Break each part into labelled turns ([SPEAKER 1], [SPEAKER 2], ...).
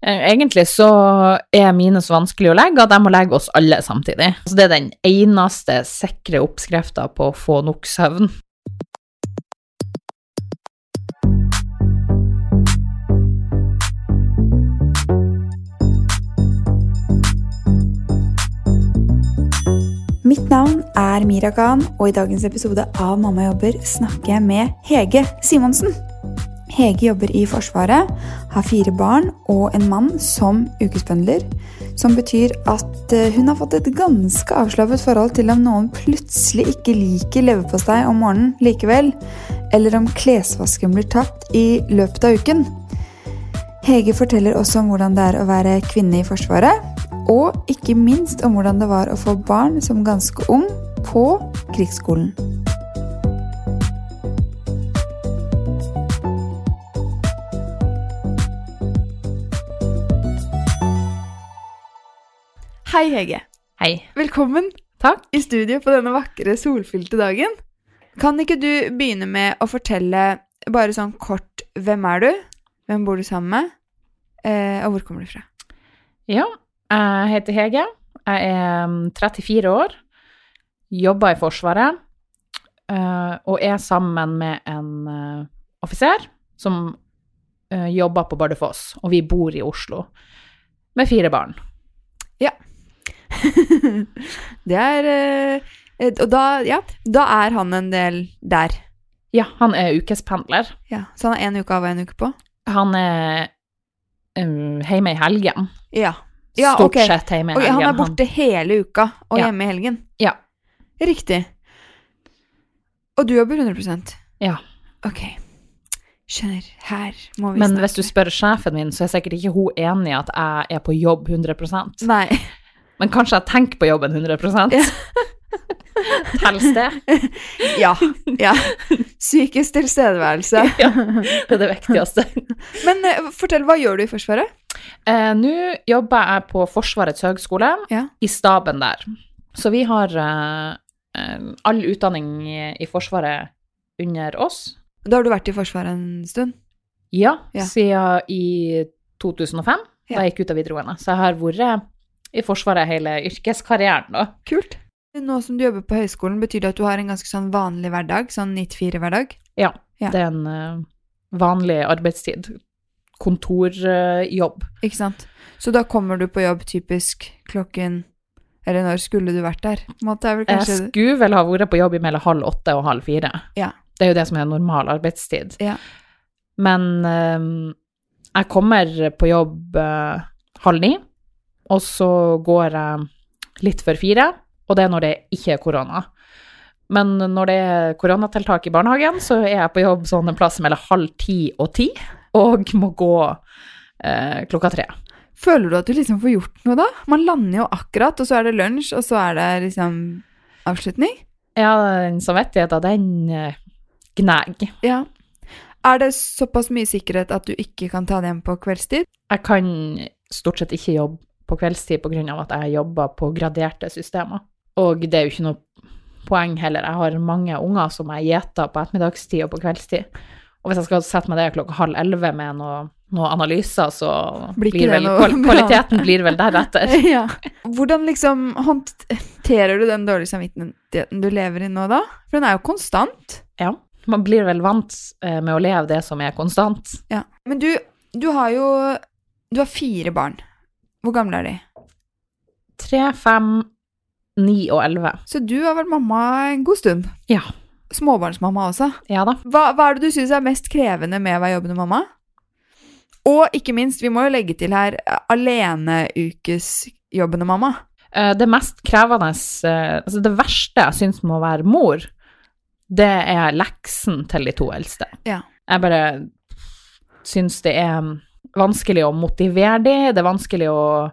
[SPEAKER 1] Eh, Egentlig så er minus vanskelig å legge, at jeg må legge oss alle samtidig. Så det er den eneste sikre oppskrifta på å få nok søvn.
[SPEAKER 2] Mitt navn er Mira Khan, og i dagens episode av Mamma jobber snakker jeg med Hege Simonsen. Hege jobber i Forsvaret, har fire barn og en mann som ukespendler, som betyr at eh, hun har fått et ganske avslappet forhold til om noen plutselig ikke liker leverpostei om morgenen likevel, eller om klesvasken blir tapt i løpet av uken. Hege forteller også om hvordan det er å være kvinne i Forsvaret, og ikke minst om hvordan det var å få barn som ganske ung på krigsskolen.
[SPEAKER 3] Hei, Hege.
[SPEAKER 1] Hei.
[SPEAKER 3] Velkommen
[SPEAKER 1] Takk.
[SPEAKER 3] i studio på denne vakre, solfylte dagen. Kan ikke du begynne med å fortelle bare sånn kort hvem er du, hvem bor du sammen med, eh, og hvor kommer du fra?
[SPEAKER 1] Ja, jeg heter Hege. Jeg er mm, 34 år, jobber i Forsvaret eh, og er sammen med en eh, offiser som eh, jobber på Bardufoss, og vi bor i Oslo med fire barn.
[SPEAKER 3] det er eh, et- Og da, ja, da er han en del der.
[SPEAKER 1] Ja, han er ukespendler.
[SPEAKER 3] Ja, så han er en uke av og en uke på?
[SPEAKER 1] Han er um, hjemme i helgen.
[SPEAKER 3] Ja. ja
[SPEAKER 1] Stort
[SPEAKER 3] ok.
[SPEAKER 1] sett hjemme i
[SPEAKER 3] Ok,
[SPEAKER 1] helgen.
[SPEAKER 3] han er borte hele uka og
[SPEAKER 1] Ja.
[SPEAKER 3] hjemme i helgen?
[SPEAKER 1] Ja.
[SPEAKER 3] Riktig. Og du jobber 100
[SPEAKER 1] Ja.
[SPEAKER 3] Ok. Skjønner. Her må vi
[SPEAKER 1] Men
[SPEAKER 3] snakke.
[SPEAKER 1] hvis du spør sjefen min, så er sikkert ikke hun enig i at jeg er på jobb 100
[SPEAKER 3] Nei.
[SPEAKER 1] Men kanskje jeg tenker på jobben 100
[SPEAKER 3] Ja.
[SPEAKER 1] Tels det?
[SPEAKER 3] Ja. ja. Psykisk tilstedeværelse.
[SPEAKER 1] Ja, det er det viktigste.
[SPEAKER 3] Men eh, fortell, hva gjør du i Forsvaret?
[SPEAKER 1] Eh, Nå jobber jeg på Forsvarets høgskole,
[SPEAKER 3] Ja.
[SPEAKER 1] i staben der. Så vi har eh, eh, all utdanning i, i Forsvaret under oss.
[SPEAKER 3] Da har du vært i Forsvaret en stund?
[SPEAKER 1] Ja,
[SPEAKER 3] Ja.
[SPEAKER 1] siden i 2005,
[SPEAKER 3] Ja.
[SPEAKER 1] da jeg gikk ut av videregående. Så jeg har vært i Forsvaret hele yrkeskarrieren, da.
[SPEAKER 3] Kult. Nå som du jobber på høyskolen, betyr det at du har en ganske sånn vanlig hverdag? Sånn 9-4-hverdag?
[SPEAKER 1] Ja,
[SPEAKER 3] Ja.
[SPEAKER 1] det er en eh, vanlig arbeidstid. Kontorjobb.
[SPEAKER 3] Ikke sant? Så da kommer du på jobb typisk klokken Eller når skulle du vært der? På en måte er vel kanskje
[SPEAKER 1] Jeg skulle vel ha vært på jobb mellom halv åtte og halv fire.
[SPEAKER 3] Ja.
[SPEAKER 1] Det er jo det som er normal arbeidstid.
[SPEAKER 3] Ja.
[SPEAKER 1] Men eh, jeg kommer på jobb eh, halv ni, og så går jeg litt før fire, og det er når det ikke er korona. Men når det er koronatiltak i barnehagen, så er jeg på jobb sånn en plass mellom halv ti og ti, og må gå eh, klokka tre.
[SPEAKER 3] Føler du at du liksom får gjort noe da? Man lander jo akkurat, og så er det lunsj, og så er det liksom avslutning.
[SPEAKER 1] Ja, den samvittigheten, den eh, gnag.
[SPEAKER 3] Ja. Er det såpass mye sikkerhet at du ikke kan ta det hjem på kveldstid?
[SPEAKER 1] Jeg kan stort sett ikke jobbe på kveldstid pga. at jeg jobber på graderte systemer. Og det er jo ikke noe poeng heller. Jeg har mange unger som jeg gjeter på ettermiddagstid og på kveldstid. Og hvis jeg skal sette meg det klokka halv elleve med noe, noe analyser, så
[SPEAKER 3] Blir
[SPEAKER 1] blir,
[SPEAKER 3] ikke det
[SPEAKER 1] vel
[SPEAKER 3] noe
[SPEAKER 1] kval-
[SPEAKER 3] bra.
[SPEAKER 1] kvaliteten blir vel deretter.
[SPEAKER 3] ja. Hvordan liksom håndterer du den dårlige samvittigheten du lever i nå da? For den er jo konstant.
[SPEAKER 1] Ja. Man blir vel vant eh, med å leve det som er konstant.
[SPEAKER 3] Ja. Men du, du har jo Du har fire barn. Hvor gamle er de?
[SPEAKER 1] Tre, fem, ni og elleve.
[SPEAKER 3] Så du har vært mamma en god stund.
[SPEAKER 1] Ja.
[SPEAKER 3] Småbarnsmamma også.
[SPEAKER 1] Ja da.
[SPEAKER 3] Hva, hva er det du syns er mest krevende med å være jobbende mamma? Og ikke minst, vi må jo legge til her eh, aleneukesjobbende mamma.
[SPEAKER 1] Eh, Det mest krevende, eh, altså det verste jeg syns med å være mor, det er leksen til de to eldste.
[SPEAKER 3] Ja.
[SPEAKER 1] Jeg bare syns det er vanskelig å motivere dem, det er vanskelig å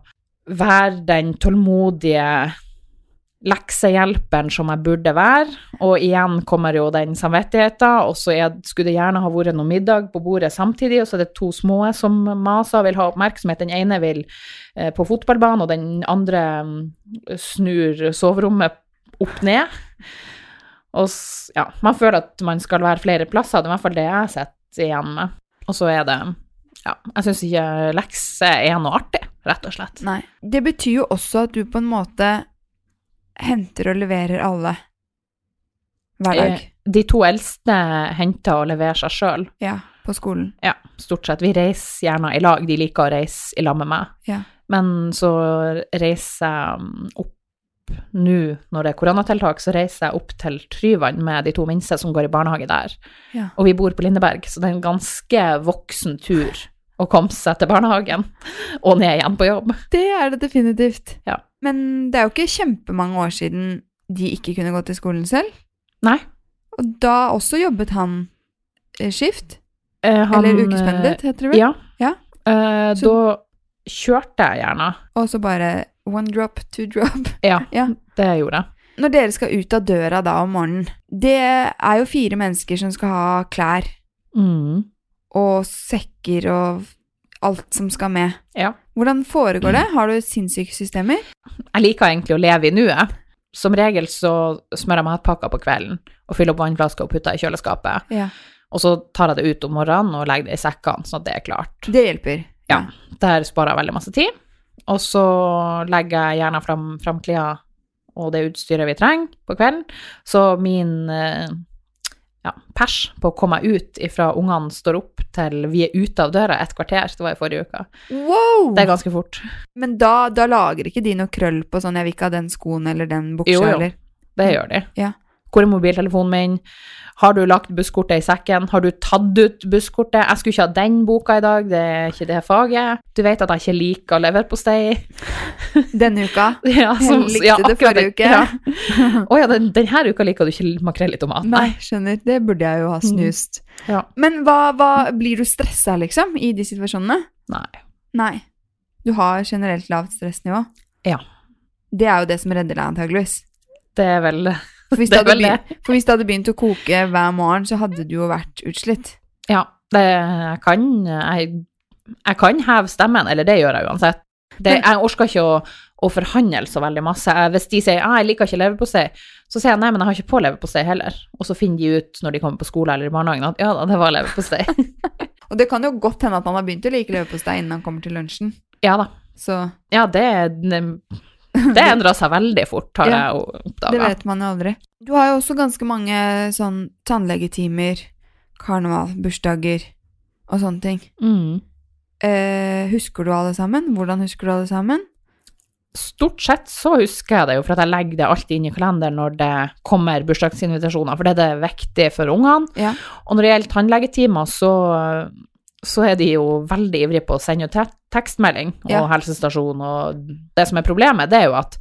[SPEAKER 1] være den tålmodige leksehjelperen som jeg burde være, og igjen kommer jo den samvittigheten, og så er- skulle det gjerne ha vært noe middag på bordet samtidig, og så er det to små som maser og vil ha oppmerksomhet. Den ene vil eh, på fotballbanen, og den andre mm, snur soverommet opp ned. Og s- ja, man føler at man skal være flere plasser, det er i hvert fall det jeg sitter igjen med. Og så er det Ja, jeg syns ikke lekse er noe artig, rett og slett.
[SPEAKER 3] Nei. Det betyr jo også at du på en måte henter og leverer alle hver dag.
[SPEAKER 1] Eh, De to eldste henter og leverer seg sjøl,
[SPEAKER 3] Ja, på skolen.
[SPEAKER 1] ja, stort sett. Vi reiser gjerne i lag, de liker å reise i lag med meg.
[SPEAKER 3] Ja.
[SPEAKER 1] Men så reiser jeg mm, opp nå, når det er koronatiltak, så reiser jeg opp til Tryvann med de to minste som går i barnehage der.
[SPEAKER 3] Ja.
[SPEAKER 1] Og vi bor på Lindeberg, så det er en ganske voksen tur å komme seg til barnehagen og ned igjen på jobb.
[SPEAKER 3] Det er det definitivt.
[SPEAKER 1] Ja.
[SPEAKER 3] Men det er jo ikke kjempemange år siden de ikke kunne gå til skolen selv.
[SPEAKER 1] Nei.
[SPEAKER 3] Og da også jobbet han eh, skift.
[SPEAKER 1] eh, han,
[SPEAKER 3] eller ukespendet, heter det vel.
[SPEAKER 1] Ja.
[SPEAKER 3] Ja.
[SPEAKER 1] Eh,
[SPEAKER 3] Så-
[SPEAKER 1] Da kjørte jeg gjerne.
[SPEAKER 3] Og så bare one drop, two drop.
[SPEAKER 1] Ja,
[SPEAKER 3] Ja.
[SPEAKER 1] det gjorde jeg.
[SPEAKER 3] Når dere skal ut av døra da om morgenen, det er jo fire mennesker som skal ha klær
[SPEAKER 1] Mm.
[SPEAKER 3] og sekker og alt som skal med.
[SPEAKER 1] Ja.
[SPEAKER 3] Hvordan foregår det? Har du sinnssyke systemer?
[SPEAKER 1] Jeg liker egentlig å leve i nuet. Som regel så smører jeg matpakker på kvelden og fyller opp vannflasker og putter i kjøleskapet.
[SPEAKER 3] Ja.
[SPEAKER 1] Og så tar jeg det ut om morgenen og legger det i sekkene, sånn at det er klart.
[SPEAKER 3] Det hjelper.
[SPEAKER 1] Ja. Der sparer jeg veldig masse tid. Og så legger jeg gjerne fram, fram klær og det utstyret vi trenger på kvelden. Så min eh, ja, pers på å komme meg ut ifra ungene står opp til vi er ute av døra et kvarter, det var i forrige uke.
[SPEAKER 3] Wow!
[SPEAKER 1] Det er ganske fort.
[SPEAKER 3] Men da, da lager ikke de noe krøll på sånn 'jeg vil ikke ha den skoen eller den buksa'?
[SPEAKER 1] Jo, jo.
[SPEAKER 3] Eller.
[SPEAKER 1] Det gjør de.
[SPEAKER 3] Ja.
[SPEAKER 1] Hvor er mobiltelefonen min? Har du lagt busskortet i sekken? Har du tatt ut busskortet? Jeg skulle ikke ha den boka i dag, det er ikke det faget. Du vet at jeg ikke liker leverpostei.
[SPEAKER 3] Denne uka?
[SPEAKER 1] Ja,
[SPEAKER 3] likte det
[SPEAKER 1] akkurat
[SPEAKER 3] forrige uke.
[SPEAKER 1] Ja. Å ja, den, denne uka liker du ikke makrell i tomat.
[SPEAKER 3] Nei, skjønner. Det burde jeg jo ha snust.
[SPEAKER 1] Mhm. Ja.
[SPEAKER 3] Men hva, hva blir du stressa, liksom, i de situasjonene?
[SPEAKER 1] Nei.
[SPEAKER 3] Nei. Du har generelt lavt stressnivå?
[SPEAKER 1] Ja.
[SPEAKER 3] Det er jo det som redder deg, antageligvis.
[SPEAKER 1] Det er vel
[SPEAKER 3] For hvis,
[SPEAKER 1] Det
[SPEAKER 3] det
[SPEAKER 1] er
[SPEAKER 3] hadde
[SPEAKER 1] vel
[SPEAKER 3] begynt, for hvis det hadde begynt å koke hver morgen, så hadde du jo vært utslitt.
[SPEAKER 1] Ja, det, jeg kan jeg, jeg kan heve stemmen, eller det gjør jeg uansett. Det,
[SPEAKER 3] Men-
[SPEAKER 1] jeg orker ikke å, å forhandle så veldig masse. Jeg- Hvis de sier ah, 'jeg liker ikke leverpostei', så sier jeg 'nei, men jeg har ikke på leverpostei heller'. Og så finner de ut når de kommer på skolen eller i barnehagen at 'ja da, det var leverpostei'.
[SPEAKER 3] Og det kan jo godt hende at han har begynt å like leverpostei innen han kommer til lunsjen.
[SPEAKER 1] ja da.
[SPEAKER 3] Så
[SPEAKER 1] Ja, det, det endrer seg veldig fort, har
[SPEAKER 3] Ja,
[SPEAKER 1] jeg
[SPEAKER 3] Det
[SPEAKER 1] oppdaga.
[SPEAKER 3] vet man jo aldri. Du har jo også ganske mange sånn tannlegetimer, karneval, bursdager og sånne ting.
[SPEAKER 1] Mm.
[SPEAKER 3] Eh, husker du alle sammen? Hvordan husker du alle sammen?
[SPEAKER 1] Stort sett så husker jeg det jo, for at jeg legger det alltid inn i kalenderen når det kommer bursdagsinvitasjoner, for det er det viktig for ungene.
[SPEAKER 3] Ja.
[SPEAKER 1] Og når det gjelder tannlegetimer, så, så er de jo veldig ivrige på å sende ut te- tekstmelding og
[SPEAKER 3] Ja.
[SPEAKER 1] helsestasjon, og det som er problemet, det er jo at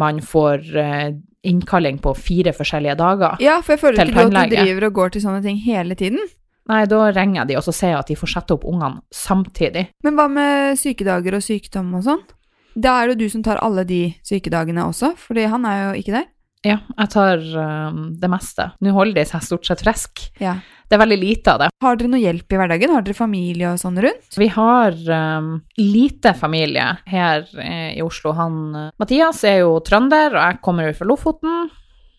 [SPEAKER 1] man får eh, innkalling på fire forskjellige dager.
[SPEAKER 3] Ja, for jeg føler
[SPEAKER 1] Til
[SPEAKER 3] ikke du at du
[SPEAKER 1] tannlege.
[SPEAKER 3] driver og går til sånne ting hele tiden.
[SPEAKER 1] Nei, da ringer jeg de, og så sier jeg at de får sette opp ungene samtidig.
[SPEAKER 3] Men hva med sykedager og sykdom og sånn? Da er det jo du som tar alle de sykedagene også, fordi han er jo ikke der.
[SPEAKER 1] Ja, jeg tar eh, det meste. Nå holder de seg stort sett friske.
[SPEAKER 3] Ja.
[SPEAKER 1] Det er veldig lite av det.
[SPEAKER 3] Har dere noe hjelp i hverdagen? Har dere familie og sånn rundt?
[SPEAKER 1] Vi har um, lite familie her eh, i Oslo. Han, eh, Mathias er jo trønder, og jeg kommer jo fra Lofoten.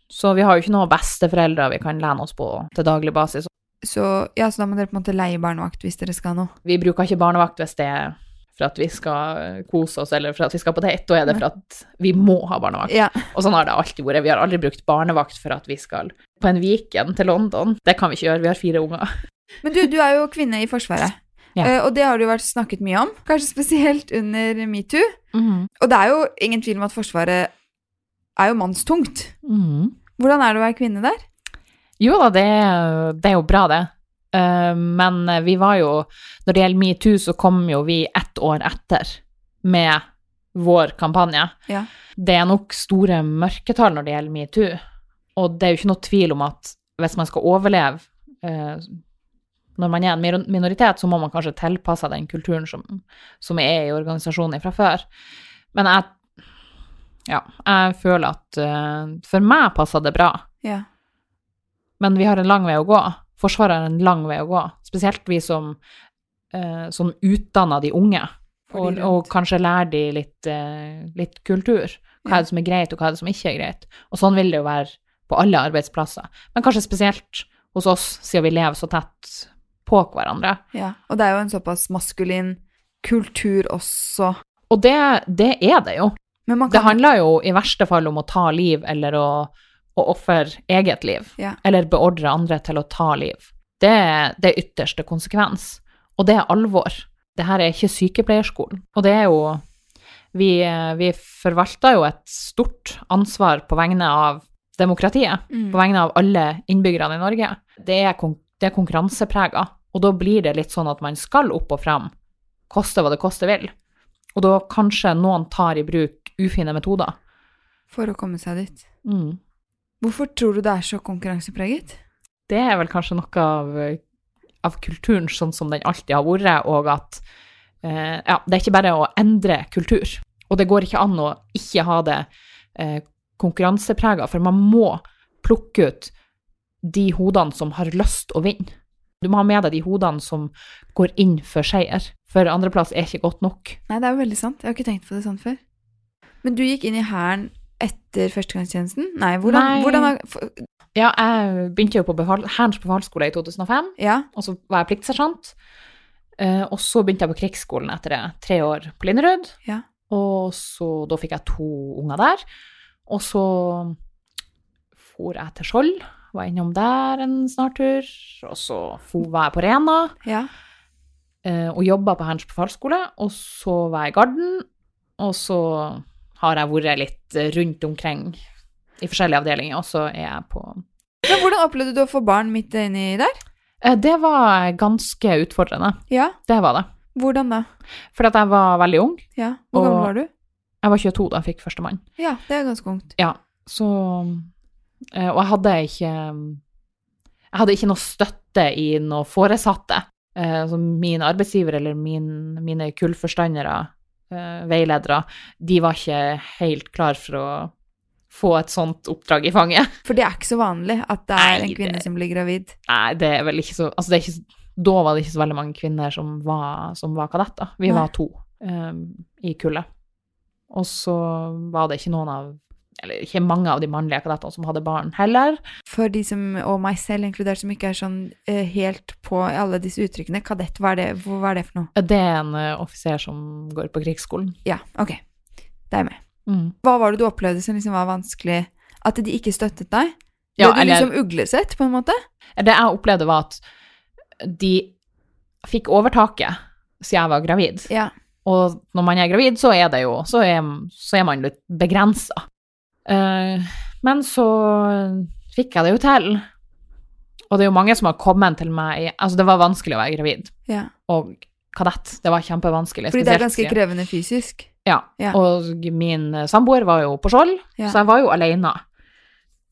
[SPEAKER 1] Så vi har jo ikke noen besteforeldre vi kan lene oss på til daglig basis.
[SPEAKER 3] Så, ja, så da må dere på en måte leie barnevakt hvis dere skal noe.
[SPEAKER 1] Vi bruker ikke barnevakt hvis det er for at vi skal eh, kose oss eller for at vi skal på date. Da er det for at vi må ha barnevakt.
[SPEAKER 3] Ja.
[SPEAKER 1] Og sånn har det alltid vært. Vi har aldri brukt barnevakt for at vi skal på en weekend til London. Det kan vi ikke gjøre, vi har fire unger.
[SPEAKER 3] Men du, du er jo kvinne i Forsvaret,
[SPEAKER 1] Ja.
[SPEAKER 3] Eh, og det har det jo vært snakket mye om. Kanskje spesielt under metoo. Og det er jo ingen tvil om at Forsvaret er jo mannstungt.
[SPEAKER 1] Mhm.
[SPEAKER 3] Hvordan er det å være kvinne der?
[SPEAKER 1] Jo da, det, er- det er jo bra det. Eh, men vi var jo, når det gjelder metoo, så kom jo vi ett år etter med vår kampanje.
[SPEAKER 3] Ja.
[SPEAKER 1] Det er nok store mørketall når det gjelder metoo. Og det er jo ikke noe tvil om at hvis man skal overleve eh, når man er en mir- minoritet, så må man kanskje tilpasse seg den kulturen som, som er i organisasjonen fra før. Men jeg, ja, jeg føler at eh, for meg passer det bra.
[SPEAKER 3] Ja.
[SPEAKER 1] Men vi har en lang vei å gå. Forsvaret har en lang vei å gå. Spesielt vi som, eh, som utdanner de unge,
[SPEAKER 3] For
[SPEAKER 1] og,
[SPEAKER 3] de rundt.
[SPEAKER 1] og kanskje lærer de litt, eh, litt kultur. Hva
[SPEAKER 3] Ja.
[SPEAKER 1] er det som er greit, og hva er det som ikke er greit. Og sånn vil det jo være på alle arbeidsplasser. Men kanskje spesielt hos oss, siden vi lever så tett på hverandre.
[SPEAKER 3] Ja. Og det er jo en såpass maskulin kultur også.
[SPEAKER 1] Og det, det er det jo.
[SPEAKER 3] Men man
[SPEAKER 1] Det
[SPEAKER 3] kan
[SPEAKER 1] handler jo i verste fall om å ta liv, eller å, å ofre eget liv.
[SPEAKER 3] Ja.
[SPEAKER 1] Eller beordre andre til å ta liv. Det er det er ytterste konsekvens. Og det er alvor. Det her er ikke sykepleierskolen. Og det er jo Vi, vi forvalter jo et stort ansvar på vegne av demokratiet
[SPEAKER 3] Mm.
[SPEAKER 1] på vegne av alle innbyggerne i Norge. Det er, kon det er konkurranseprega, og da blir det litt sånn at man skal opp og fram, koste hva det koste vil. Og da kanskje noen tar i bruk ufine metoder.
[SPEAKER 3] For å komme seg dit.
[SPEAKER 1] Mm.
[SPEAKER 3] Hvorfor tror du det er så konkurransepreget?
[SPEAKER 1] Det er vel kanskje noe av, eh, av kulturen sånn som den alltid har vært, og at eh, ja, det er ikke bare å endre kultur. Og det går ikke an å ikke ha det eh, konkurranseprega, for man må plukke ut de hodene som har lyst å vinne. Du må ha med deg de hodene som går inn for seier, for andreplass er ikke godt nok.
[SPEAKER 3] Nei, det er jo veldig sant. Jeg har ikke tenkt på det sånn før. Men du gikk inn i Hæren etter førstegangstjenesten? Nei, hvordan,
[SPEAKER 1] Nei.
[SPEAKER 3] hvordan har- for-
[SPEAKER 1] Ja, jeg begynte jo på befal- Hærens befalsskole i 2005.
[SPEAKER 3] Ja,
[SPEAKER 1] og så var jeg pliktsersjant. Eh, og så begynte jeg på krigsskolen etter det, tre år på Linderud.
[SPEAKER 3] Ja.
[SPEAKER 1] Og så da fikk jeg to unger der. Og så for jeg til Skjold, var innom der en snartur. Og så for, var jeg på Rena
[SPEAKER 3] ja.
[SPEAKER 1] eh, og jobba på Hærens befalsskole. Og så var jeg i Garden, og så har jeg vært litt eh, rundt omkring i forskjellige avdelinger, og så er jeg på
[SPEAKER 3] Men hvordan opplevde du å få barn midt inni der?
[SPEAKER 1] Eh, Det var ganske utfordrende.
[SPEAKER 3] Ja,
[SPEAKER 1] Det var det.
[SPEAKER 3] hvordan da?
[SPEAKER 1] Fordi at jeg var veldig ung.
[SPEAKER 3] Ja, Hvor
[SPEAKER 1] Og-
[SPEAKER 3] gammel var du?
[SPEAKER 1] Jeg var 22 da jeg fikk førstemann.
[SPEAKER 3] Ja, det er ganske ungt.
[SPEAKER 1] Så eh, Og jeg hadde ikke Jeg hadde ikke noe støtte i noe foresatte. Eh, Så min arbeidsgiver eller min, mine kullforstandere, eh, veiledere, de var ikke helt klar for å få et sånt oppdrag i fanget.
[SPEAKER 3] For det er ikke så vanlig at det er
[SPEAKER 1] Nei,
[SPEAKER 3] en kvinne
[SPEAKER 1] det-
[SPEAKER 3] som blir gravid.
[SPEAKER 1] Nei, det er vel ikke så Altså, det er ikke, så- da var det ikke så veldig mange kvinner som var, som var kadetter. Vi
[SPEAKER 3] Nei.
[SPEAKER 1] var to eh, i kullet. Og så var det ikke noen av Eller ikke mange av de mannlige kadettene som hadde barn heller.
[SPEAKER 3] For de som, og meg selv inkludert, som ikke er sånn eh, helt på i alle disse uttrykkene, kadett, hva er det, hva hva er det for noe?
[SPEAKER 1] Det er en eh, offiser som går på krigsskolen.
[SPEAKER 3] Ja, ok. Det er jeg med. Hva var det du opplevde som liksom var vanskelig? At de ikke støttet deg?
[SPEAKER 1] Ja,
[SPEAKER 3] Ble du
[SPEAKER 1] eller-
[SPEAKER 3] liksom uglesett, på en måte?
[SPEAKER 1] Det jeg opplevde var at de fikk overtaket siden jeg var gravid.
[SPEAKER 3] Ja.
[SPEAKER 1] Og når man er gravid, så er, det jo, så er, så er man litt begrensa. men så fikk jeg det jo til. Og det er jo mange som har kommet til meg i Altså, det var vanskelig å være gravid
[SPEAKER 3] ja.
[SPEAKER 1] og kadett. Det var kjempevanskelig.
[SPEAKER 3] Fordi det er
[SPEAKER 1] spesielt
[SPEAKER 3] ganske
[SPEAKER 1] siden-
[SPEAKER 3] krevende fysisk.
[SPEAKER 1] Ja.
[SPEAKER 3] Ja.
[SPEAKER 1] Og min eh, samboer var jo på Skjold,
[SPEAKER 3] Ja.
[SPEAKER 1] så jeg var jo alene.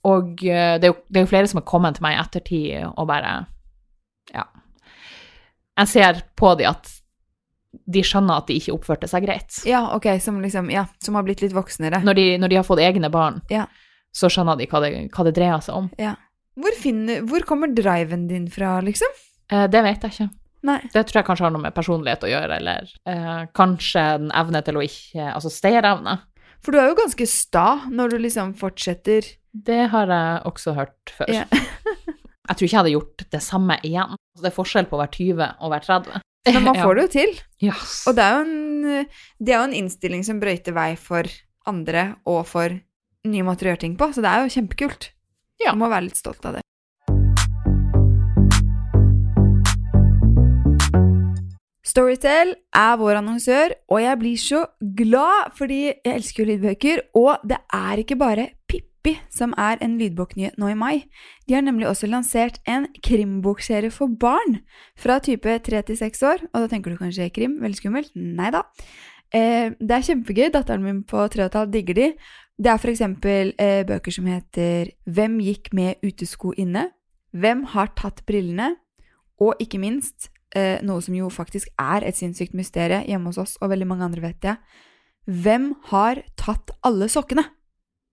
[SPEAKER 1] Og eh, det er, jo, det er jo flere som har kommet til meg i ettertid og bare Ja. Jeg ser på de at de skjønner at de ikke oppførte seg greit.
[SPEAKER 3] Ja, ok, som liksom, ja, som har blitt litt voksnere.
[SPEAKER 1] Når de, når de har fått egne barn,
[SPEAKER 3] Ja.
[SPEAKER 1] så skjønner de hva det, hva det dreier seg om.
[SPEAKER 3] Hvor, finner, hvor kommer driven din fra, liksom?
[SPEAKER 1] Eh, det vet jeg ikke.
[SPEAKER 3] Nei.
[SPEAKER 1] Det tror jeg kanskje har noe med personlighet å gjøre, eller eh, kanskje en evne til å ikke Altså stayerevne.
[SPEAKER 3] For du er jo ganske sta når du liksom fortsetter.
[SPEAKER 1] Det har jeg også hørt før.
[SPEAKER 3] Ja.
[SPEAKER 1] jeg tror ikke jeg hadde gjort det samme igjen. Altså, det er forskjell på å være 20 og være 30.
[SPEAKER 3] Men man får det jo til.
[SPEAKER 1] Ja.
[SPEAKER 3] Og det er jo en, det er jo en innstilling som brøyter vei for andre og for nye måter å gjøre ting på, så det er jo kjempekult.
[SPEAKER 1] Ja.
[SPEAKER 3] Du må være litt stolt av det. Storytel er vår annonsør, og jeg blir så glad fordi jeg elsker jo lydbøker. Og det er ikke bare Pippi som er en lydboknyhet nå i mai. De har nemlig også lansert en krimbokserie for barn fra type 3 til 6 år. Og da tenker du kanskje krim, veldig skummelt? Nei da. Eh, det er kjempegøy. Datteren min på 3 15 digger de. Det er f.eks. Eh, bøker som heter Hvem gikk med utesko inne? Hvem har tatt brillene? Og ikke minst, eh, noe som jo faktisk er et sinnssykt mysterium hjemme hos oss, og veldig mange andre, vet jeg. Hvem har tatt alle sokkene?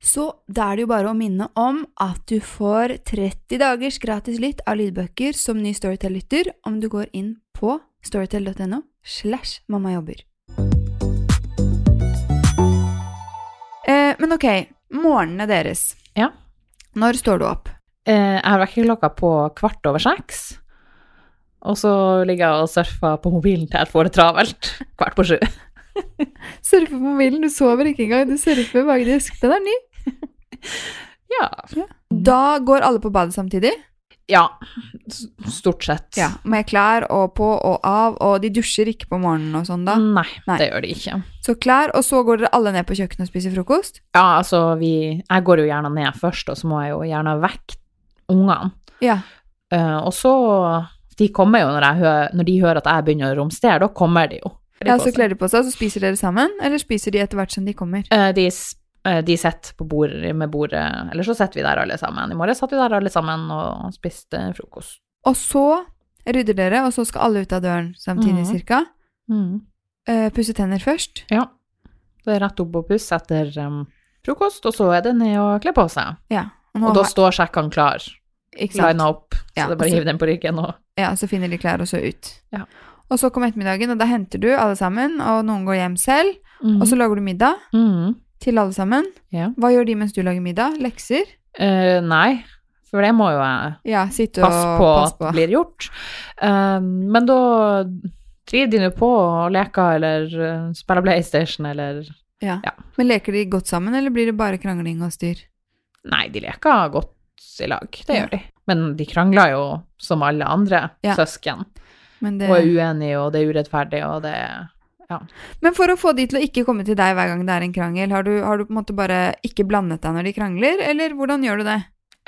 [SPEAKER 3] Så da er det jo bare å minne om at du får 30 dagers gratis lytt av lydbøker som ny Storytel-lytter om du går inn på storytel.no slash mammajobber. Eh, men ok, morgenene deres.
[SPEAKER 1] Ja.
[SPEAKER 3] Når står du opp?
[SPEAKER 1] Eh, jeg har vekkerklokka på kvart over seks. Og så ligger jeg og surfer på mobilen til jeg får det travelt. Kvart på sju.
[SPEAKER 3] Surfe på mobilen. Du sover ikke engang. Du surfer faktisk. Den er ny.
[SPEAKER 1] Ja.
[SPEAKER 3] Da går alle på badet samtidig.
[SPEAKER 1] ja. s- Stort sett.
[SPEAKER 3] Ja, Med klær og på og av, og de dusjer ikke på morgenen og sånn da.
[SPEAKER 1] Nei,
[SPEAKER 3] Nei.
[SPEAKER 1] det gjør de ikke.
[SPEAKER 3] Så klær, og så går dere alle ned på kjøkkenet og spiser frokost.
[SPEAKER 1] Ja, altså, vi Jeg går jo gjerne ned først, og så må jeg jo gjerne vekke ungene.
[SPEAKER 3] Ja.
[SPEAKER 1] Eh, og så De kommer jo når, jeg hø når de hører at jeg begynner å romstere, da kommer de jo.
[SPEAKER 3] Ja, Så kler de på seg, og så spiser dere sammen, eller spiser de etter hvert som de kommer?
[SPEAKER 1] Eh, De, s- eh, de sitter på bordet med bordet, eller så sitter vi der alle sammen. I morgen satt vi der alle sammen og spiste frokost.
[SPEAKER 3] Og så rydder dere, og så skal alle ut av døren samtidig,
[SPEAKER 1] Mhm.
[SPEAKER 3] cirka.
[SPEAKER 1] Mm.
[SPEAKER 3] Eh, pusse tenner først.
[SPEAKER 1] Ja. Det er rett opp og puss etter um, frokost, og så er det ned og kle på seg.
[SPEAKER 3] Ja.
[SPEAKER 1] Og da står sjekkene klar,
[SPEAKER 3] ikke sant?
[SPEAKER 1] lina opp, så
[SPEAKER 3] Ja,
[SPEAKER 1] det er bare
[SPEAKER 3] altså-
[SPEAKER 1] å hive den på ryggen og
[SPEAKER 3] Ja, så finner de klær, og så ut.
[SPEAKER 1] Ja.
[SPEAKER 3] Og så kommer ettermiddagen, og da henter du alle sammen, og noen går hjem selv. Og så lager du middag
[SPEAKER 1] Mhm.
[SPEAKER 3] til alle sammen.
[SPEAKER 1] Ja.
[SPEAKER 3] Hva gjør de mens du lager middag? Lekser?
[SPEAKER 1] Eh, Nei, for det må jo jeg
[SPEAKER 3] Ja, sitte og
[SPEAKER 1] passe på
[SPEAKER 3] passe
[SPEAKER 1] at det blir gjort. Um, men da driver de nå på og leker eller uh, spiller PlayStation eller
[SPEAKER 3] Ja.
[SPEAKER 1] Ja.
[SPEAKER 3] Men leker de godt sammen, eller blir det bare krangling og styr?
[SPEAKER 1] Nei, de leker godt i lag, det
[SPEAKER 3] Ja.
[SPEAKER 1] gjør de. Men de krangler jo som alle andre
[SPEAKER 3] Ja.
[SPEAKER 1] søsken,
[SPEAKER 3] Men, det...
[SPEAKER 1] og er uenige, og det er urettferdig, og det
[SPEAKER 3] Men for å få de til å ikke komme til deg hver gang det er en krangel, har du, har du på en måte bare ikke blandet deg når de krangler, eller hvordan gjør du det?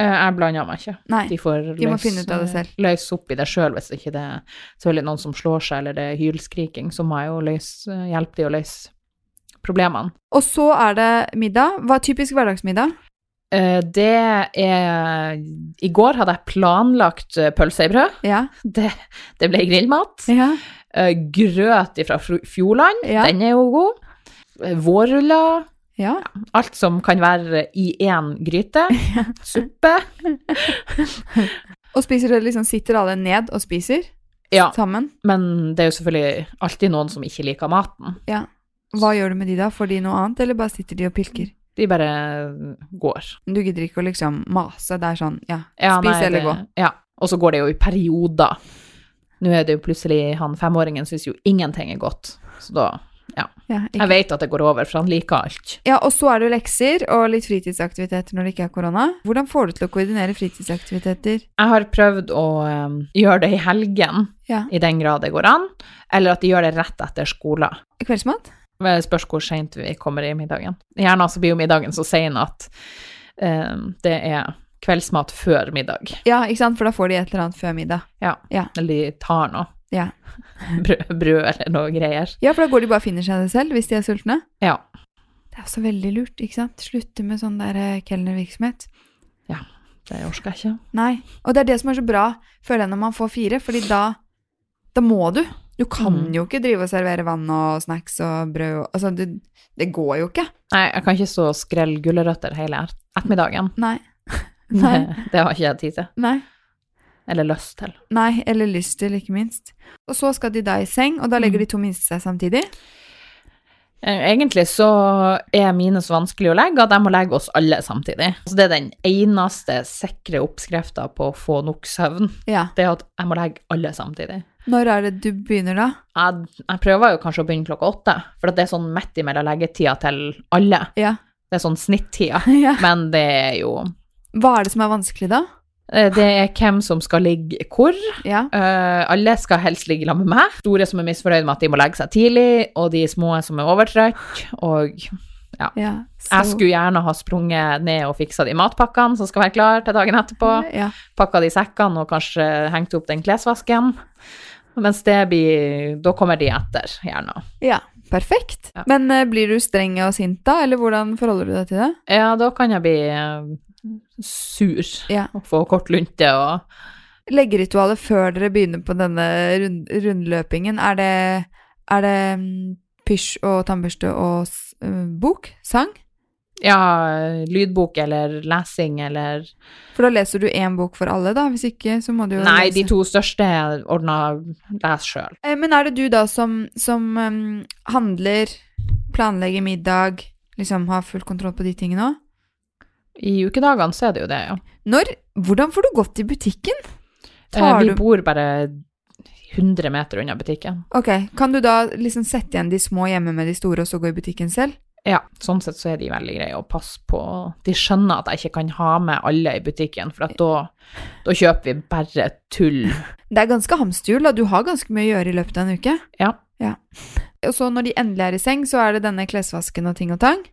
[SPEAKER 1] Eh, Jeg blander meg ikke.
[SPEAKER 3] Nei.
[SPEAKER 1] De får
[SPEAKER 3] De må
[SPEAKER 1] løs-
[SPEAKER 3] finne ut av det selv.
[SPEAKER 1] løs opp i det sjøl hvis ikke det er selvfølgelig noen som slår seg, eller det er hylskriking, så må jeg jo løse, hjelpe de å løse problemene.
[SPEAKER 3] Og så er det middag. Hva er typisk hverdagsmiddag?
[SPEAKER 1] Eh, Det er I går hadde jeg planlagt eh, pølse i brød.
[SPEAKER 3] Ja.
[SPEAKER 1] Det, det ble grillmat.
[SPEAKER 3] Ja.
[SPEAKER 1] Eh, Grøt fra Fjordland.
[SPEAKER 3] Ja.
[SPEAKER 1] Den er jo god. Eh, Vårruller.
[SPEAKER 3] ja.
[SPEAKER 1] Alt som kan være i én gryte. Suppe.
[SPEAKER 3] Og spiser dere liksom, sitter alle ned og spiser
[SPEAKER 1] Ja,
[SPEAKER 3] sammen?
[SPEAKER 1] men det er jo selvfølgelig alltid noen som ikke liker maten.
[SPEAKER 3] Ja. Hva gjør du med de da? Får de noe annet, eller bare sitter de og pilker?
[SPEAKER 1] De bare eh, går.
[SPEAKER 3] Du gidder ikke å liksom mase, det er sånn, ja,
[SPEAKER 1] Ja,
[SPEAKER 3] spis
[SPEAKER 1] nei,
[SPEAKER 3] eller gå.
[SPEAKER 1] det- Ja. Og så går det jo i perioder. Nå er det jo plutselig han femåringen syns jo ingenting er godt. Så da
[SPEAKER 3] Ja, ikke.
[SPEAKER 1] Jeg vet at det går over, for han liker alt.
[SPEAKER 3] ja, og så er det jo lekser og litt fritidsaktiviteter når det ikke er korona. Hvordan får du til å koordinere fritidsaktiviteter?
[SPEAKER 1] Jeg har prøvd å eh, gjøre det i helgen,
[SPEAKER 3] Ja.
[SPEAKER 1] i den grad det går an, eller at de gjør det rett etter skolen.
[SPEAKER 3] Kveldsmat?
[SPEAKER 1] Det spørs hvor seint vi kommer i middagen. Gjerne så blir jo middagen så sein at eh, det er kveldsmat før middag,
[SPEAKER 3] Ja, ikke sant? For da får de et eller annet før middag.
[SPEAKER 1] eller de tar noe.
[SPEAKER 3] Ja.
[SPEAKER 1] Brød, brød eller noe greier.
[SPEAKER 3] Ja, for da går de bare og finner seg det selv hvis de er sultne.
[SPEAKER 1] Ja.
[SPEAKER 3] Det er også veldig lurt, ikke sant? Slutte med sånn der eh, kelnervirksomhet.
[SPEAKER 1] Det orker jeg ikke.
[SPEAKER 3] Nei, og det er det som er så bra, føler jeg, når man får fire, fordi da, da må du. Du kan
[SPEAKER 1] Mm.
[SPEAKER 3] jo ikke drive og servere vann og snacks og brød og Altså, det, det går jo ikke.
[SPEAKER 1] Nei, jeg kan ikke så skrelle gulrøtter hele et- ettermiddagen.
[SPEAKER 3] Nei.
[SPEAKER 1] Det,
[SPEAKER 3] Nei.
[SPEAKER 1] det har ikke jeg tid til.
[SPEAKER 3] Nei.
[SPEAKER 1] Eller lyst til.
[SPEAKER 3] Nei, eller lyst til, ikke minst. Og så skal de da i seng, og da legger de to minste seg samtidig.
[SPEAKER 1] Eh, Egentlig så er mine så vanskelig å legge at jeg må legge oss alle samtidig. Så det er den eneste sikre oppskrifta på å få nok søvn.
[SPEAKER 3] Ja.
[SPEAKER 1] Det er at jeg må legge alle samtidig.
[SPEAKER 3] Når er det du begynner, da?
[SPEAKER 1] Jeg, jeg prøver jo kanskje å begynne klokka åtte, for at det er sånn midt imellom leggetida til alle.
[SPEAKER 3] Ja.
[SPEAKER 1] Det er sånn snittida.
[SPEAKER 3] ja.
[SPEAKER 1] Men det er jo
[SPEAKER 3] Hva er det som er vanskelig, da?
[SPEAKER 1] eh, Det er hvem som skal ligge hvor.
[SPEAKER 3] Ja.
[SPEAKER 1] Eh, alle skal helst ligge sammen med meg. Store som er misfornøyd med at de må legge seg tidlig, og de små som er overtrøtt. Og
[SPEAKER 3] ja.
[SPEAKER 1] jeg skulle gjerne ha sprunget ned og fiksa de matpakkene som skal være klare til dagen etterpå.
[SPEAKER 3] Ja.
[SPEAKER 1] Pakka de sekkene og kanskje hengt opp den klesvasken. Mens det blir Da kommer de etter, gjerne.
[SPEAKER 3] Ja, perfekt.
[SPEAKER 1] Ja.
[SPEAKER 3] Men eh, blir du streng og sint da, eller hvordan forholder du deg til det?
[SPEAKER 1] Ja, da kan jeg bli eh, sur
[SPEAKER 3] Ja.
[SPEAKER 1] og få kort lunte og
[SPEAKER 3] Leggeritualet før dere begynner på denne rund rundløpingen, er det, er det mm, pysj og tannbørste og s- eh, bok? Sang?
[SPEAKER 1] Ja, lydbok eller lesing eller
[SPEAKER 3] For da leser du én bok for alle, da. Hvis ikke, så må du jo
[SPEAKER 1] Nei,
[SPEAKER 3] lese.
[SPEAKER 1] de to største ordna les sjøl.
[SPEAKER 3] Eh, Men er det du da som, som em, handler, planlegger middag, liksom har full kontroll på de tingene òg?
[SPEAKER 1] I ukedagene så er det jo det, ja.
[SPEAKER 3] Når Hvordan får du gått i butikken?
[SPEAKER 1] Eh,
[SPEAKER 3] Tar
[SPEAKER 1] vi
[SPEAKER 3] du
[SPEAKER 1] bor bare 100 meter unna butikken.
[SPEAKER 3] Ok, Kan du da liksom sette igjen de små hjemme med de store, og så gå i butikken selv?
[SPEAKER 1] Ja, sånn sett så er de veldig greie å passe på. De skjønner at jeg ikke kan ha med alle i butikken, for at da, da kjøper vi bare tull.
[SPEAKER 3] Det er ganske hamsterhjul, da. Du har ganske mye å gjøre i løpet av en uke.
[SPEAKER 1] Ja.
[SPEAKER 3] Og så når de endelig er i seng, så er det denne klesvasken og ting og tang.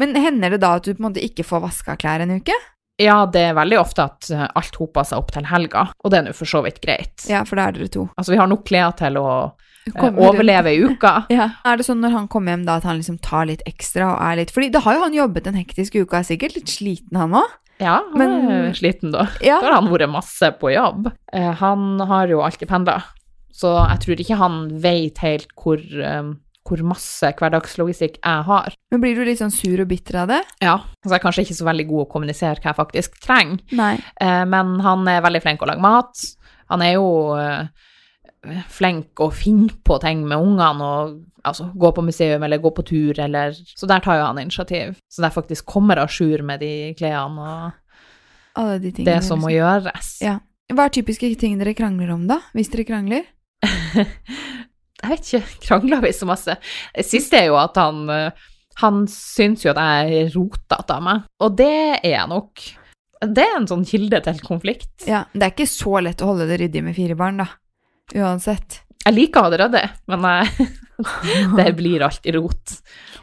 [SPEAKER 3] Men hender det da at du på en måte ikke får vaska klær en uke?
[SPEAKER 1] Ja, det er veldig ofte at eh, alt hoper seg opp til helga, og det er nå for så vidt greit.
[SPEAKER 3] Ja, for da er dere to.
[SPEAKER 1] Altså, vi har nok klær til å eh,
[SPEAKER 3] Kommer du-
[SPEAKER 1] overleve i uka.
[SPEAKER 3] Ja. Er det sånn når han kommer hjem da at han liksom tar litt ekstra og er litt Fordi da har jo han jobbet en hektisk uke og er sikkert litt sliten han òg.
[SPEAKER 1] Ja, han
[SPEAKER 3] Men-
[SPEAKER 1] er sliten da.
[SPEAKER 3] Ja.
[SPEAKER 1] Da har han vært masse på jobb. Eh, han har jo alltid pendla, så jeg tror ikke han vet helt hvor, eh, hvor masse hverdagslogistikk jeg har.
[SPEAKER 3] Men blir du litt sånn sur og bitter av det?
[SPEAKER 1] Ja. Så jeg er kanskje ikke så veldig god å kommunisere hva jeg faktisk trenger,
[SPEAKER 3] Nei.
[SPEAKER 1] eh, men han er veldig flink å lage mat. Han er jo eh, flink å finne på ting med ungene og altså, gå på museum eller gå på tur eller Så der tar jo han initiativ. Så der faktisk kommer à jour med de klærne og
[SPEAKER 3] Alle de tingene.
[SPEAKER 1] det som må gjøres.
[SPEAKER 3] Ja. Hva er typiske ting dere krangler om, da? Hvis dere krangler?
[SPEAKER 1] jeg vet ikke, krangla vi så masse? Det siste er jo at han eh, Han syns jo at jeg er rotete av meg, og det er jeg nok. Det er en sånn kilde til konflikt.
[SPEAKER 3] Ja. Det er ikke så lett å holde det ryddig med fire barn, da. Uansett.
[SPEAKER 1] Jeg liker å ha det ryddig, men jeg, det blir alltid rot.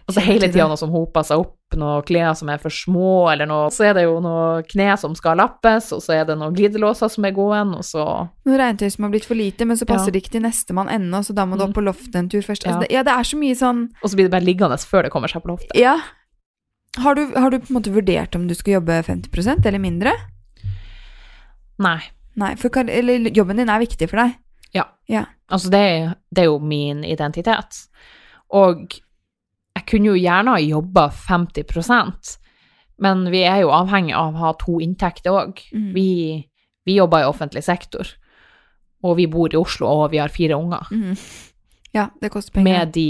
[SPEAKER 1] Og så hele tida noe som hoper seg opp, noen klær som er for små, eller noe Så er det jo noen kne som skal lappes, og så er det noen glidelåser som er gåen, og så
[SPEAKER 3] Noe regntøy som har blitt for lite, men så passer
[SPEAKER 1] Ja. Mm.
[SPEAKER 3] det ikke til nestemann ennå, så da må du opp på loftet en tur først.
[SPEAKER 1] Ja.
[SPEAKER 3] Altså, det, ja, det er så mye sånn
[SPEAKER 1] Og så blir det bare liggende før det kommer seg på loftet.
[SPEAKER 3] Ja. Har du, har du på en måte vurdert om du skal jobbe 50 eller mindre?
[SPEAKER 1] Nei.
[SPEAKER 3] Nei, for kar eller, jobben din er viktig for deg.
[SPEAKER 1] Altså, det, er- det er jo min identitet. Og jeg kunne jo gjerne ha jobba 50 men vi er jo avhengig av å ha to inntekter òg.
[SPEAKER 3] Mm.
[SPEAKER 1] Vi, vi jobber i offentlig sektor, og vi bor i Oslo, og vi har fire unger.
[SPEAKER 3] Ja, det koster penger.
[SPEAKER 1] Med de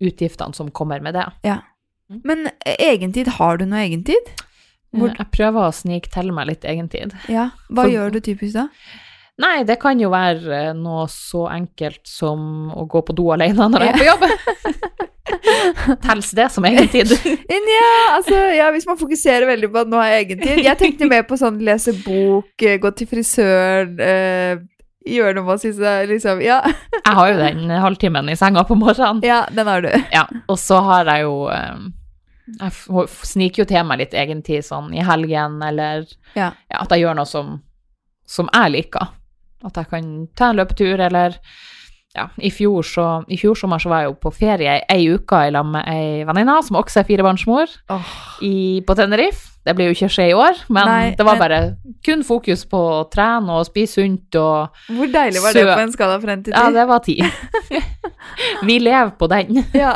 [SPEAKER 1] utgiftene som kommer med det.
[SPEAKER 3] Men eh, egentid, har du noe egentid? Hvor-
[SPEAKER 1] Jeg prøver å snike til meg litt egentid.
[SPEAKER 3] Ja. Hva
[SPEAKER 1] For-
[SPEAKER 3] gjør du typisk da?
[SPEAKER 1] Nei, det kan jo være eh, noe så enkelt som å gå på do alene når jeg er på jobb. Tels det som egentid?
[SPEAKER 3] Ja, altså, ja, hvis man fokuserer veldig på at nå har jeg egen tid. Jeg tenkte mer på sånn lese bok, eh, gå til frisøren, eh, gjøre noe man syns er liksom ja,
[SPEAKER 1] Jeg har jo den halvtimen i senga på morgenen.
[SPEAKER 3] ja, den har du.
[SPEAKER 1] Ja, og så har jeg jo eh, Jeg f- f- sniker jo til meg litt egen tid sånn i helgen, eller
[SPEAKER 3] Ja.
[SPEAKER 1] at jeg gjør noe som, som jeg liker. At jeg kan ta en løpetur, eller ja, i fjor, så, i fjor sommer så var jeg jo på ferie ei uke i lag med ei venninne som også er firebarnsmor, i, på Tenerife. Det blir jo ikke skje i år, men
[SPEAKER 3] Nei,
[SPEAKER 1] det var
[SPEAKER 3] men-
[SPEAKER 1] bare kun fokus på å trene og spise sunt og
[SPEAKER 3] Hvor deilig var det
[SPEAKER 1] Sø-
[SPEAKER 3] på en skala fra en til
[SPEAKER 1] Ja,
[SPEAKER 3] ti?
[SPEAKER 1] det var ti. Vi lever på den.
[SPEAKER 3] Ja.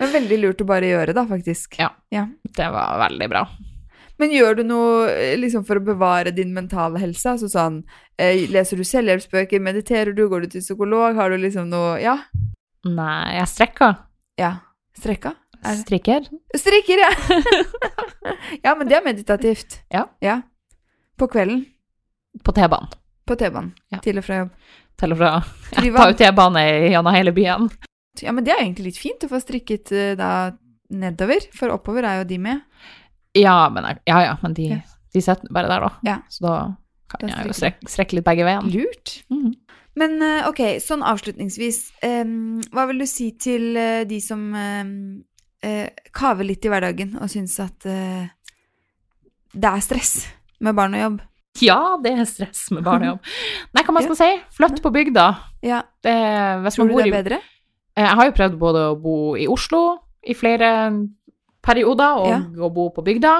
[SPEAKER 3] Men veldig lurt å bare gjøre, da, faktisk.
[SPEAKER 1] Ja. Det var veldig bra.
[SPEAKER 3] Men gjør du noe eh, liksom for å bevare din mentale helse? Altså sånn, eh, leser du selvhjelpsbøker, mediterer du, går du til psykolog, har du liksom noe Ja.
[SPEAKER 1] Nei, jeg strekker.
[SPEAKER 3] ja. Strekka? Er det-
[SPEAKER 1] Strikker.
[SPEAKER 3] Strikker, ja! ja, men det er meditativt.
[SPEAKER 1] Ja.
[SPEAKER 3] På kvelden.
[SPEAKER 1] På T-banen.
[SPEAKER 3] På T-banen.
[SPEAKER 1] Ja.
[SPEAKER 3] Til og fra jobb.
[SPEAKER 1] Til og fra. Jeg tar jo
[SPEAKER 3] Privat.
[SPEAKER 1] T-bane gjennom hele byen.
[SPEAKER 3] Ja, men det er egentlig litt fint å få strikket eh, da nedover, for oppover er jo de med.
[SPEAKER 1] Ja, men, jeg, ja, ja, men de,
[SPEAKER 3] Ja.
[SPEAKER 1] de sitter bare der, da.
[SPEAKER 3] Ja.
[SPEAKER 1] Så da
[SPEAKER 3] Da
[SPEAKER 1] kan jeg jo
[SPEAKER 3] strikker
[SPEAKER 1] strekke, strekke litt begge veien.
[SPEAKER 3] Lurt.
[SPEAKER 1] Mhm.
[SPEAKER 3] Men eh, ok, sånn avslutningsvis. em, hva vil du si til eh, de som em, eh, kaver litt i hverdagen og syns at eh, det er stress med barn og jobb?
[SPEAKER 1] Ja, det er stress med barnejobb. Nei, hva man skal si? Flytt på bygda.
[SPEAKER 3] Ja,
[SPEAKER 1] Det, hvis
[SPEAKER 3] Tror
[SPEAKER 1] man
[SPEAKER 3] du
[SPEAKER 1] bor
[SPEAKER 3] det
[SPEAKER 1] i Eh,
[SPEAKER 3] er bedre?
[SPEAKER 1] Jeg har jo prøvd både å bo i Oslo i flere perioder, og
[SPEAKER 3] Ja.
[SPEAKER 1] å bo på bygda.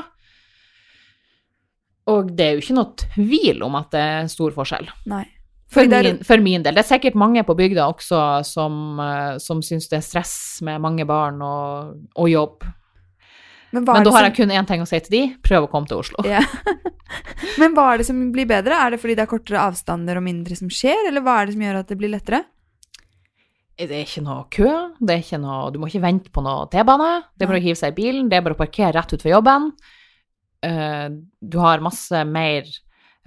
[SPEAKER 1] Og det er jo ikke noe tvil om at det er stor forskjell.
[SPEAKER 3] Nei.
[SPEAKER 1] For
[SPEAKER 3] Fordi det er-
[SPEAKER 1] min, for min del. Det er sikkert mange på bygda også som, eh, som syns det er stress med mange barn og, og jobb.
[SPEAKER 3] Men hva,
[SPEAKER 1] Men da
[SPEAKER 3] er det
[SPEAKER 1] har
[SPEAKER 3] som,
[SPEAKER 1] jeg kun én ting å si til de, prøv å komme til Oslo.
[SPEAKER 3] Ja. men hva er det som blir bedre? Er det fordi det er kortere avstander og mindre som skjer, eller hva er det som gjør at det blir lettere?
[SPEAKER 1] Det er ikke noe kø, det er ikke noe, du må ikke vente på noe T-bane, det er bare å hive seg i bilen, det er bare å parkere rett ut for jobben. Eh, Du har masse mer,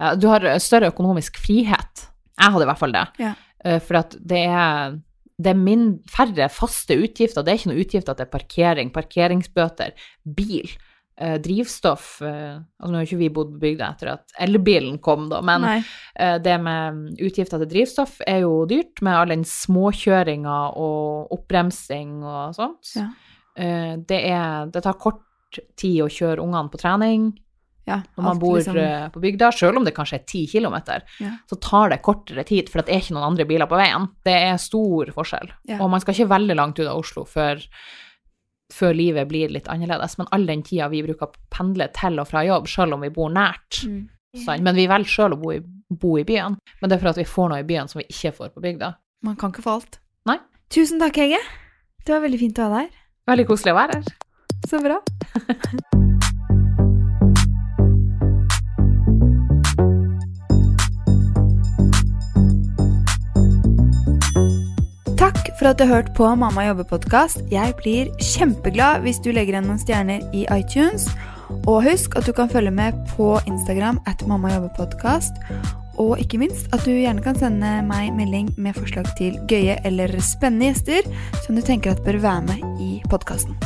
[SPEAKER 1] ja, du har større økonomisk frihet. Jeg hadde i hvert fall det.
[SPEAKER 3] Ja.
[SPEAKER 1] Eh, For at det er, det er min, færre faste utgifter. Det er ikke noe utgifter til parkering, parkeringsbøter, bil, eh, drivstoff eh, altså Nå har jo ikke vi bodd på bygda etter at elbilen kom, da, men
[SPEAKER 4] Nei.
[SPEAKER 1] eh, det med utgifter til drivstoff er jo dyrt, med all den småkjøringa og oppbremsing og sånt.
[SPEAKER 4] Ja.
[SPEAKER 1] Eh, Det, er, det tar kort tid å kjøre ungene på trening
[SPEAKER 4] Ja,
[SPEAKER 1] når man
[SPEAKER 4] alt
[SPEAKER 1] bor
[SPEAKER 4] liksom-
[SPEAKER 1] eh, på bygda, selv om det kanskje er 10 kilometer,
[SPEAKER 4] Ja.
[SPEAKER 1] så tar det kortere tid, for det er ikke noen andre biler på veien. Det er stor forskjell.
[SPEAKER 4] Ja.
[SPEAKER 1] Og man skal ikke veldig langt ut av Oslo før, før livet blir litt annerledes. Men all den tida vi bruker på å pendle til og fra jobb, selv om vi bor nært,
[SPEAKER 4] Mm.
[SPEAKER 1] sant? men vi velger selv å bo i, bo i byen. Men det er for at vi får noe i byen som vi ikke får på bygda.
[SPEAKER 4] Man kan ikke få alt.
[SPEAKER 1] Nei.
[SPEAKER 4] Tusen takk, Hege. Det var veldig fint å ha deg her.
[SPEAKER 1] Veldig koselig å være her.
[SPEAKER 4] Så bra.
[SPEAKER 3] Takk for at du har hørt på Mamma jobber-podkast. Jeg blir kjempeglad hvis du legger igjen noen stjerner i iTunes. Og husk at du kan følge med på Instagram at Mamma jobber-podkast. Og ikke minst at du gjerne kan sende meg melding med forslag til gøye eller spennende gjester som du tenker at bør være med i podkasten.